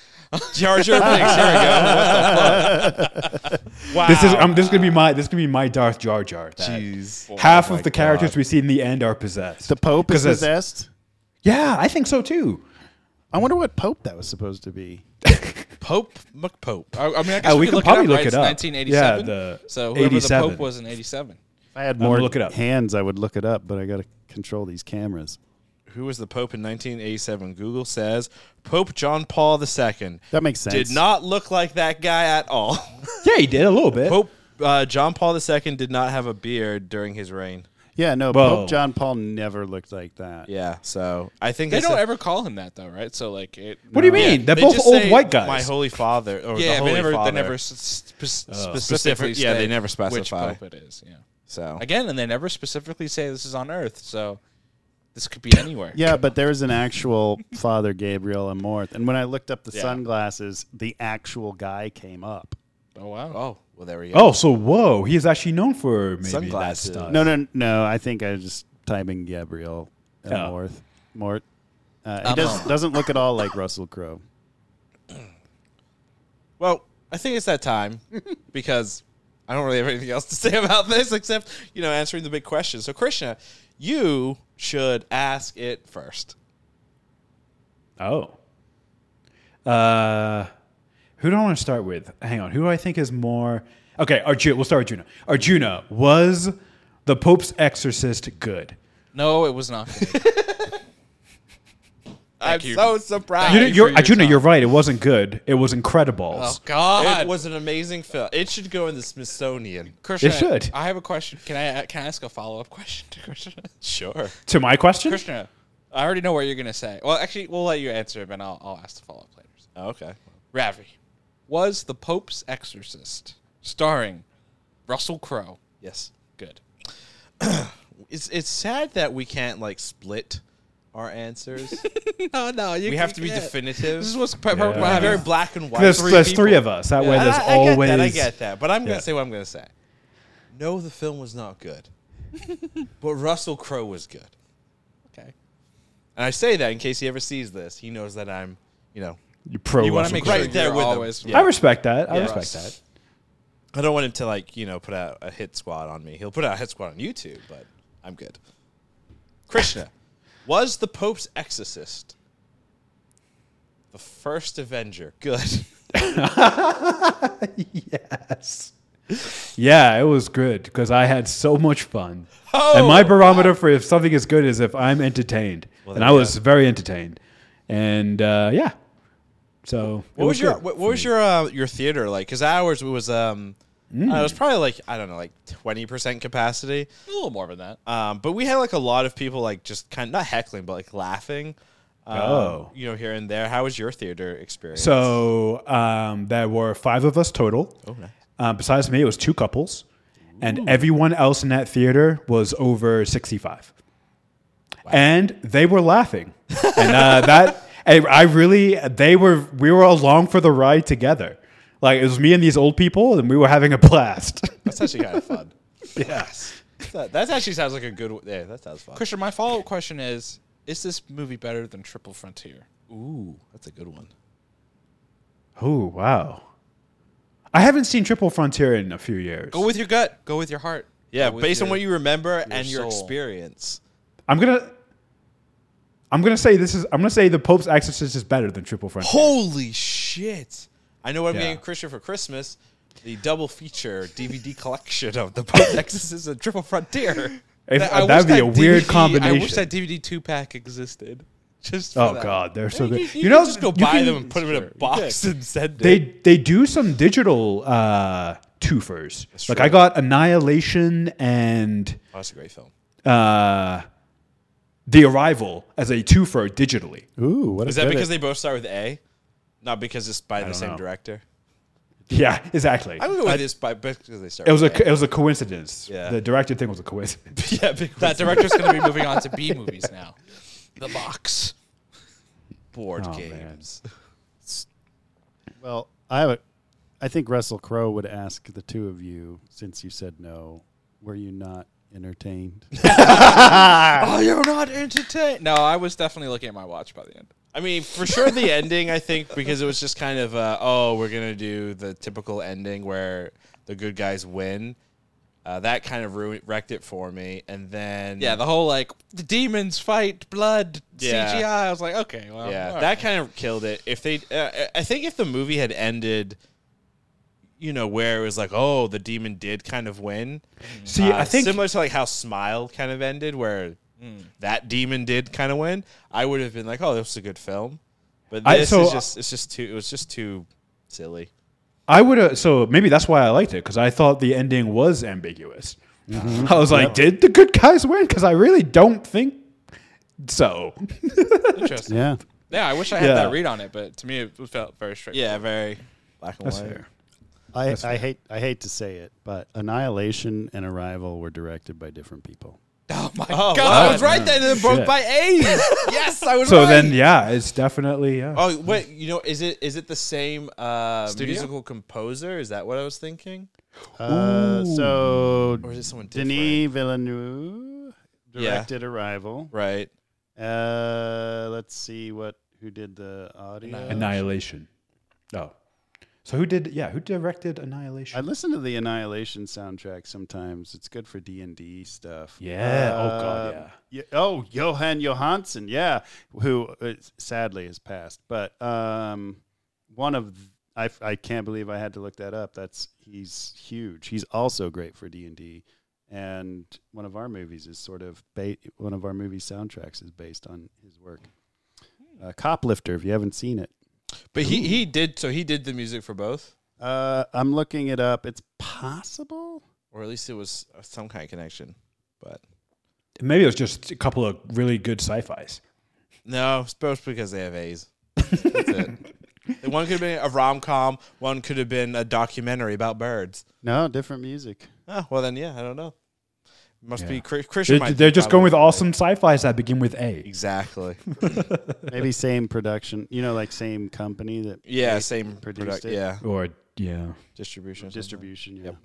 S1: Jar Jar Binks. There we go. What the fuck? Wow.
S5: This is um, this is gonna be my this is gonna be my Darth Jar Jar. that
S4: Oh
S1: Jeez.
S5: Half of the characters we see in the end are possessed.
S3: The Pope is
S5: 'Cause it's-
S3: possessed.
S5: Yeah, I think so too.
S3: I wonder what Pope that was supposed to be.
S4: Pope McPope. I, I mean, I guess
S5: Uh,
S4: we,
S5: we
S4: could
S5: can
S4: look
S5: probably
S4: it up.
S5: look
S4: right?
S5: it
S4: It's
S5: up.
S4: 1987.
S5: Yeah, the
S4: so whoever
S5: 87.
S4: the Pope was in 87.
S3: If I had
S5: gonna
S3: more
S5: look it up.
S3: hands, I would look it up, but I got to control these cameras.
S1: Who was the Pope in 1987? Google says Pope John Paul II.
S3: That makes sense.
S1: Did not look like that guy at all.
S5: Yeah, he did a little bit.
S1: Pope uh, John Paul II did not have a beard during his reign.
S3: Yeah, no.
S5: Whoa.
S3: Pope John Paul never looked like that.
S1: Yeah, so I think
S4: They
S1: it's
S4: don't
S1: a-
S4: ever call him that though, right? So like, it,
S5: what do you mean? They're
S1: They
S5: both
S1: just
S5: old
S1: say,
S5: white guys.
S1: My holy father, or
S4: yeah,
S1: the
S4: they
S1: holy
S4: never,
S1: father.
S4: they never s- sp-
S5: Oh,
S4: specifically
S1: Specific- yeah, they
S4: state
S1: never
S4: which
S1: specify.
S4: pope it is. Yeah,
S1: so
S5: Oh.
S4: again, and they never specifically say this is on Earth, so this could be anywhere.
S3: Yeah, but there is an actual Father Gabriel and Morth. And when I looked up the
S4: Yeah.
S3: sunglasses, the actual guy came up.
S4: Oh wow.
S1: oh well, there we go.
S5: oh, so whoa, he is actually known for maybe
S1: Sunglasses.
S5: That stuff.
S3: No, no, no. I think I was just typing Gabriel and
S5: Oh.
S3: Morth. Mort. Uh, he does, doesn't look at all like Russell Crowe.
S1: Well, I think it's that time because I don't really have anything else to say about this except you know answering the big question. So Krishna, you should ask it first.
S5: Oh. Uh, who do I want to start with? Hang on. Who do I think is more? Okay, Arjuna. We'll start with Arjuna. Arjuna was the Pope's exorcist good?
S4: No, it was not. Good.
S1: I'm so surprised.
S5: You,
S4: for
S5: are
S4: your
S5: Arjuna,
S4: time.
S5: you're right. It wasn't good. It was Incredibles.
S4: oh God.
S1: it was an amazing film. It should go in the Smithsonian.
S4: Krishna,
S5: It should.
S4: I have a question. Can I can I ask a follow up question to Krishna?
S1: Sure.
S5: To my question,
S4: Krishna, I already know what you're gonna say. Well, actually, we'll let you answer it, and I'll I'll ask the follow up later.
S1: Okay.
S4: Ravi was the Pope's Exorcist, starring Russell Crowe.
S1: Yes.
S4: Good.
S1: It's it's sad that we can't like split our answers.
S4: No, no, you
S1: we have to be definitive.
S4: This is what's pe-
S5: Yeah.
S4: yeah.
S1: very black and white.
S5: there's
S1: Three
S5: there's
S1: people.
S5: three of us. That way,
S1: I-
S5: there's
S1: I,
S5: always.
S1: Get that, I get that, but I'm
S5: Yeah.
S1: gonna say what I'm gonna say. No, the film was not good, but Russell Crowe was good.
S4: Okay.
S1: And I say that in case he ever sees this, he knows that I'm, you know,
S5: You pro.
S4: You want
S5: Russell
S4: to make
S5: Crowe.
S4: sure
S1: Right
S4: right
S1: there
S4: there
S1: with him.
S4: always.
S1: Yeah.
S5: I respect that. I
S1: Yeah.
S5: respect that.
S1: I don't want him to like, you know, put out a hit squad on me. He'll put out a hit squad on YouTube, but I'm good. Krishna was the Pope's exorcist. The first Avenger. Good.
S5: Yes. Yeah, it was good because I had so much fun.
S1: Oh,
S5: and my barometer for if something is good is if I'm entertained, and
S1: there
S5: I
S1: we
S5: was very entertained. And uh, yeah, so it
S1: What was your
S5: good.
S1: what, what was your uh, your theater like? Because ours was um,
S5: Mm.
S1: uh, it was probably like I don't know, like twenty percent capacity.
S4: A little more than that.
S1: Um, but we had like a lot of people like just kind of not heckling, but like laughing. Um,
S5: Oh.
S1: you know, here and there. How was your theater experience?
S5: so um, there were five of us total. Um, besides me, it was two couples, and everyone else in that theater was over sixty-five, and they were laughing, and uh, that and I really they were we were along for the ride together. Like it was me and these old people, and we were having a blast.
S1: that's actually kind of fun.
S5: yes.
S1: That, that actually sounds like a good. Yeah, that sounds fun.
S4: Christian, my follow up question is: Is this movie better than Triple Frontier?
S1: Ooh, that's a good one.
S5: Oh wow! I haven't seen Triple Frontier in a few years.
S4: Go with your gut. Go with your heart.
S1: Yeah,
S4: Go with
S1: based on
S4: your-
S1: what you remember and your
S4: soul.
S1: experience.
S5: I'm gonna. I'm gonna say this is. I'm gonna say the Pope's Exorcist is better than Triple Frontier.
S1: Holy shit! I know what I'm
S5: Yeah.
S1: getting Christian for Christmas. The double feature DVD collection of the Pope's Exorcist and Triple Frontier.
S5: If-
S4: That- I
S5: that'd
S4: wish
S5: be a
S4: that
S5: weird
S4: DVD I wish
S5: combination.
S4: that DVD two pack existed. Just for
S5: Oh
S4: that.
S5: god, they're so
S4: You,
S5: good.
S4: you,
S5: You,
S4: could
S5: know,
S4: just go
S5: you
S4: buy
S5: can-
S4: them and put them in a box and send
S5: They
S4: it.
S5: they do some digital uh twofers. Like I got Annihilation and
S4: Oh, that's a great film.
S5: uh The Arrival as a twofer digitally.
S3: Ooh, what
S4: Is that because they both start with A? Not because it's by the
S5: don't
S4: same
S5: know.
S4: director.
S5: Yeah, exactly.
S4: I'm going go with this by because they start.
S5: It was
S4: with
S5: a it was a coincidence.
S4: Yeah.
S5: The directed thing was a coincidence.
S4: yeah. Big that director's going to be moving on to B movies now. The box. Board
S5: Oh, man.
S4: games.
S3: Well, I have a. I think Russell Crowe would ask the two of you, since you said no, were you not entertained?
S4: Oh, you're not entertained. No, I was definitely looking at my watch by the end.
S1: I mean, for sure the ending, I think, because it was just kind of, uh, oh, we're going to do the typical ending where the good guys win. Uh, that kind of ruined, wrecked it for me. And then.
S4: Yeah, the whole like the demons fight blood
S1: Yeah.
S4: CGI. I was like, okay, well,
S1: yeah,
S4: Oh, all right.
S1: that kind of killed it. If they, uh, I think if the movie had ended, you know, where it was like, oh, the demon did kind of win.
S5: See,
S1: uh,
S5: I think
S1: similar to like how Smile kind of ended, where that demon did kind of win. I would have been like, oh, this was a good film, but
S5: I-
S1: this
S5: so-
S1: is just, it's just too, it was just too silly.
S5: I would have. So maybe that's why I liked it because I thought the ending was ambiguous.
S4: Mm-hmm.
S5: I was like, did the good guys win? Because I really don't think so.
S4: interesting.
S3: yeah.
S4: Yeah, I wish I had
S5: Yeah.
S4: that read on it, but to me it felt very straight.
S1: Yeah, very black and white.
S3: I, I hate I hate to say it, but Annihilation and Arrival were directed by different people.
S4: Oh my
S1: Oh,
S4: god,
S1: wow.
S4: I was right then. They're both
S5: Shit.
S4: by A's. yes, I was
S5: So
S4: right.
S5: then, yeah, it's definitely yeah.
S1: Oh wait, you know, is it is it the same uh,
S4: Studio?
S1: musical composer? Is that what I was thinking,
S3: Uh, so
S1: or is it someone different?
S3: Denis Villeneuve directed Arrival.
S1: Right.
S3: Uh, let's see what who did the audio.
S5: Annihilation. Oh, so who did? Yeah, who directed Annihilation?
S3: I listen to the Annihilation soundtrack sometimes. It's good for D and D stuff.
S5: Yeah. Oh, God,
S3: Um,
S5: yeah.
S3: yeah. Oh, Johan Johansson. Yeah, who uh, sadly has passed. But um, one of I I can't believe I had to look that up. That's he's huge. He's also great for D and D. And one of our movies is sort of ba- one of our movie soundtracks is based on his work.
S5: Hmm.
S3: Uh, Coplifter, if you haven't seen it,
S1: But he, he did so he did the music for both,
S3: uh, I'm looking it up. It's possible.
S1: or at least it was some kind of connection. But
S5: Maybe it was just a couple of really good sci-fi's.
S1: no, it's both because they have A's. That's it. one could have been a rom com. One could have been a documentary about birds.
S3: No, different music.
S1: Oh, well then, yeah, I don't know. Must
S5: Yeah.
S1: be Chri- Christian.
S5: They're,
S1: might
S5: they're
S1: be
S5: just going with
S1: probably-
S5: awesome sci-fi's that begin with A.
S1: Exactly.
S3: Maybe same production, you know, like same company that
S1: Yeah,
S3: made-
S1: same
S3: produced
S1: product.
S3: it.
S1: Yeah,
S5: Or yeah.
S1: distribution. or something.
S3: distribution. Yeah.
S1: Yep.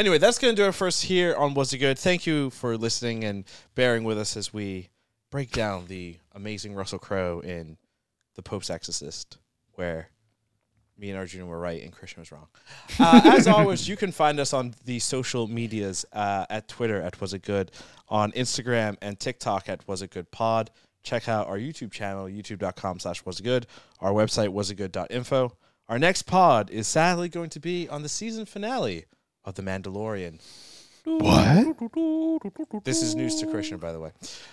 S1: Anyway, that's going to do it for us here on Was It Good. Thank you for listening and bearing with us as we break down the amazing Russell Crowe in The Pope's Exorcist, where me and Arjuna were right and Christian was wrong. Uh, as always, you can find us on the social medias uh, at Twitter at Was It Good, on Instagram and TikTok at Was It Good Pod. Check out our YouTube channel, youtube.com slash Was It Good, our website, wasitgood.info. Our next pod is sadly going to be on the season finale of The Mandalorian.
S5: What?
S1: This is news to Christian, by the way.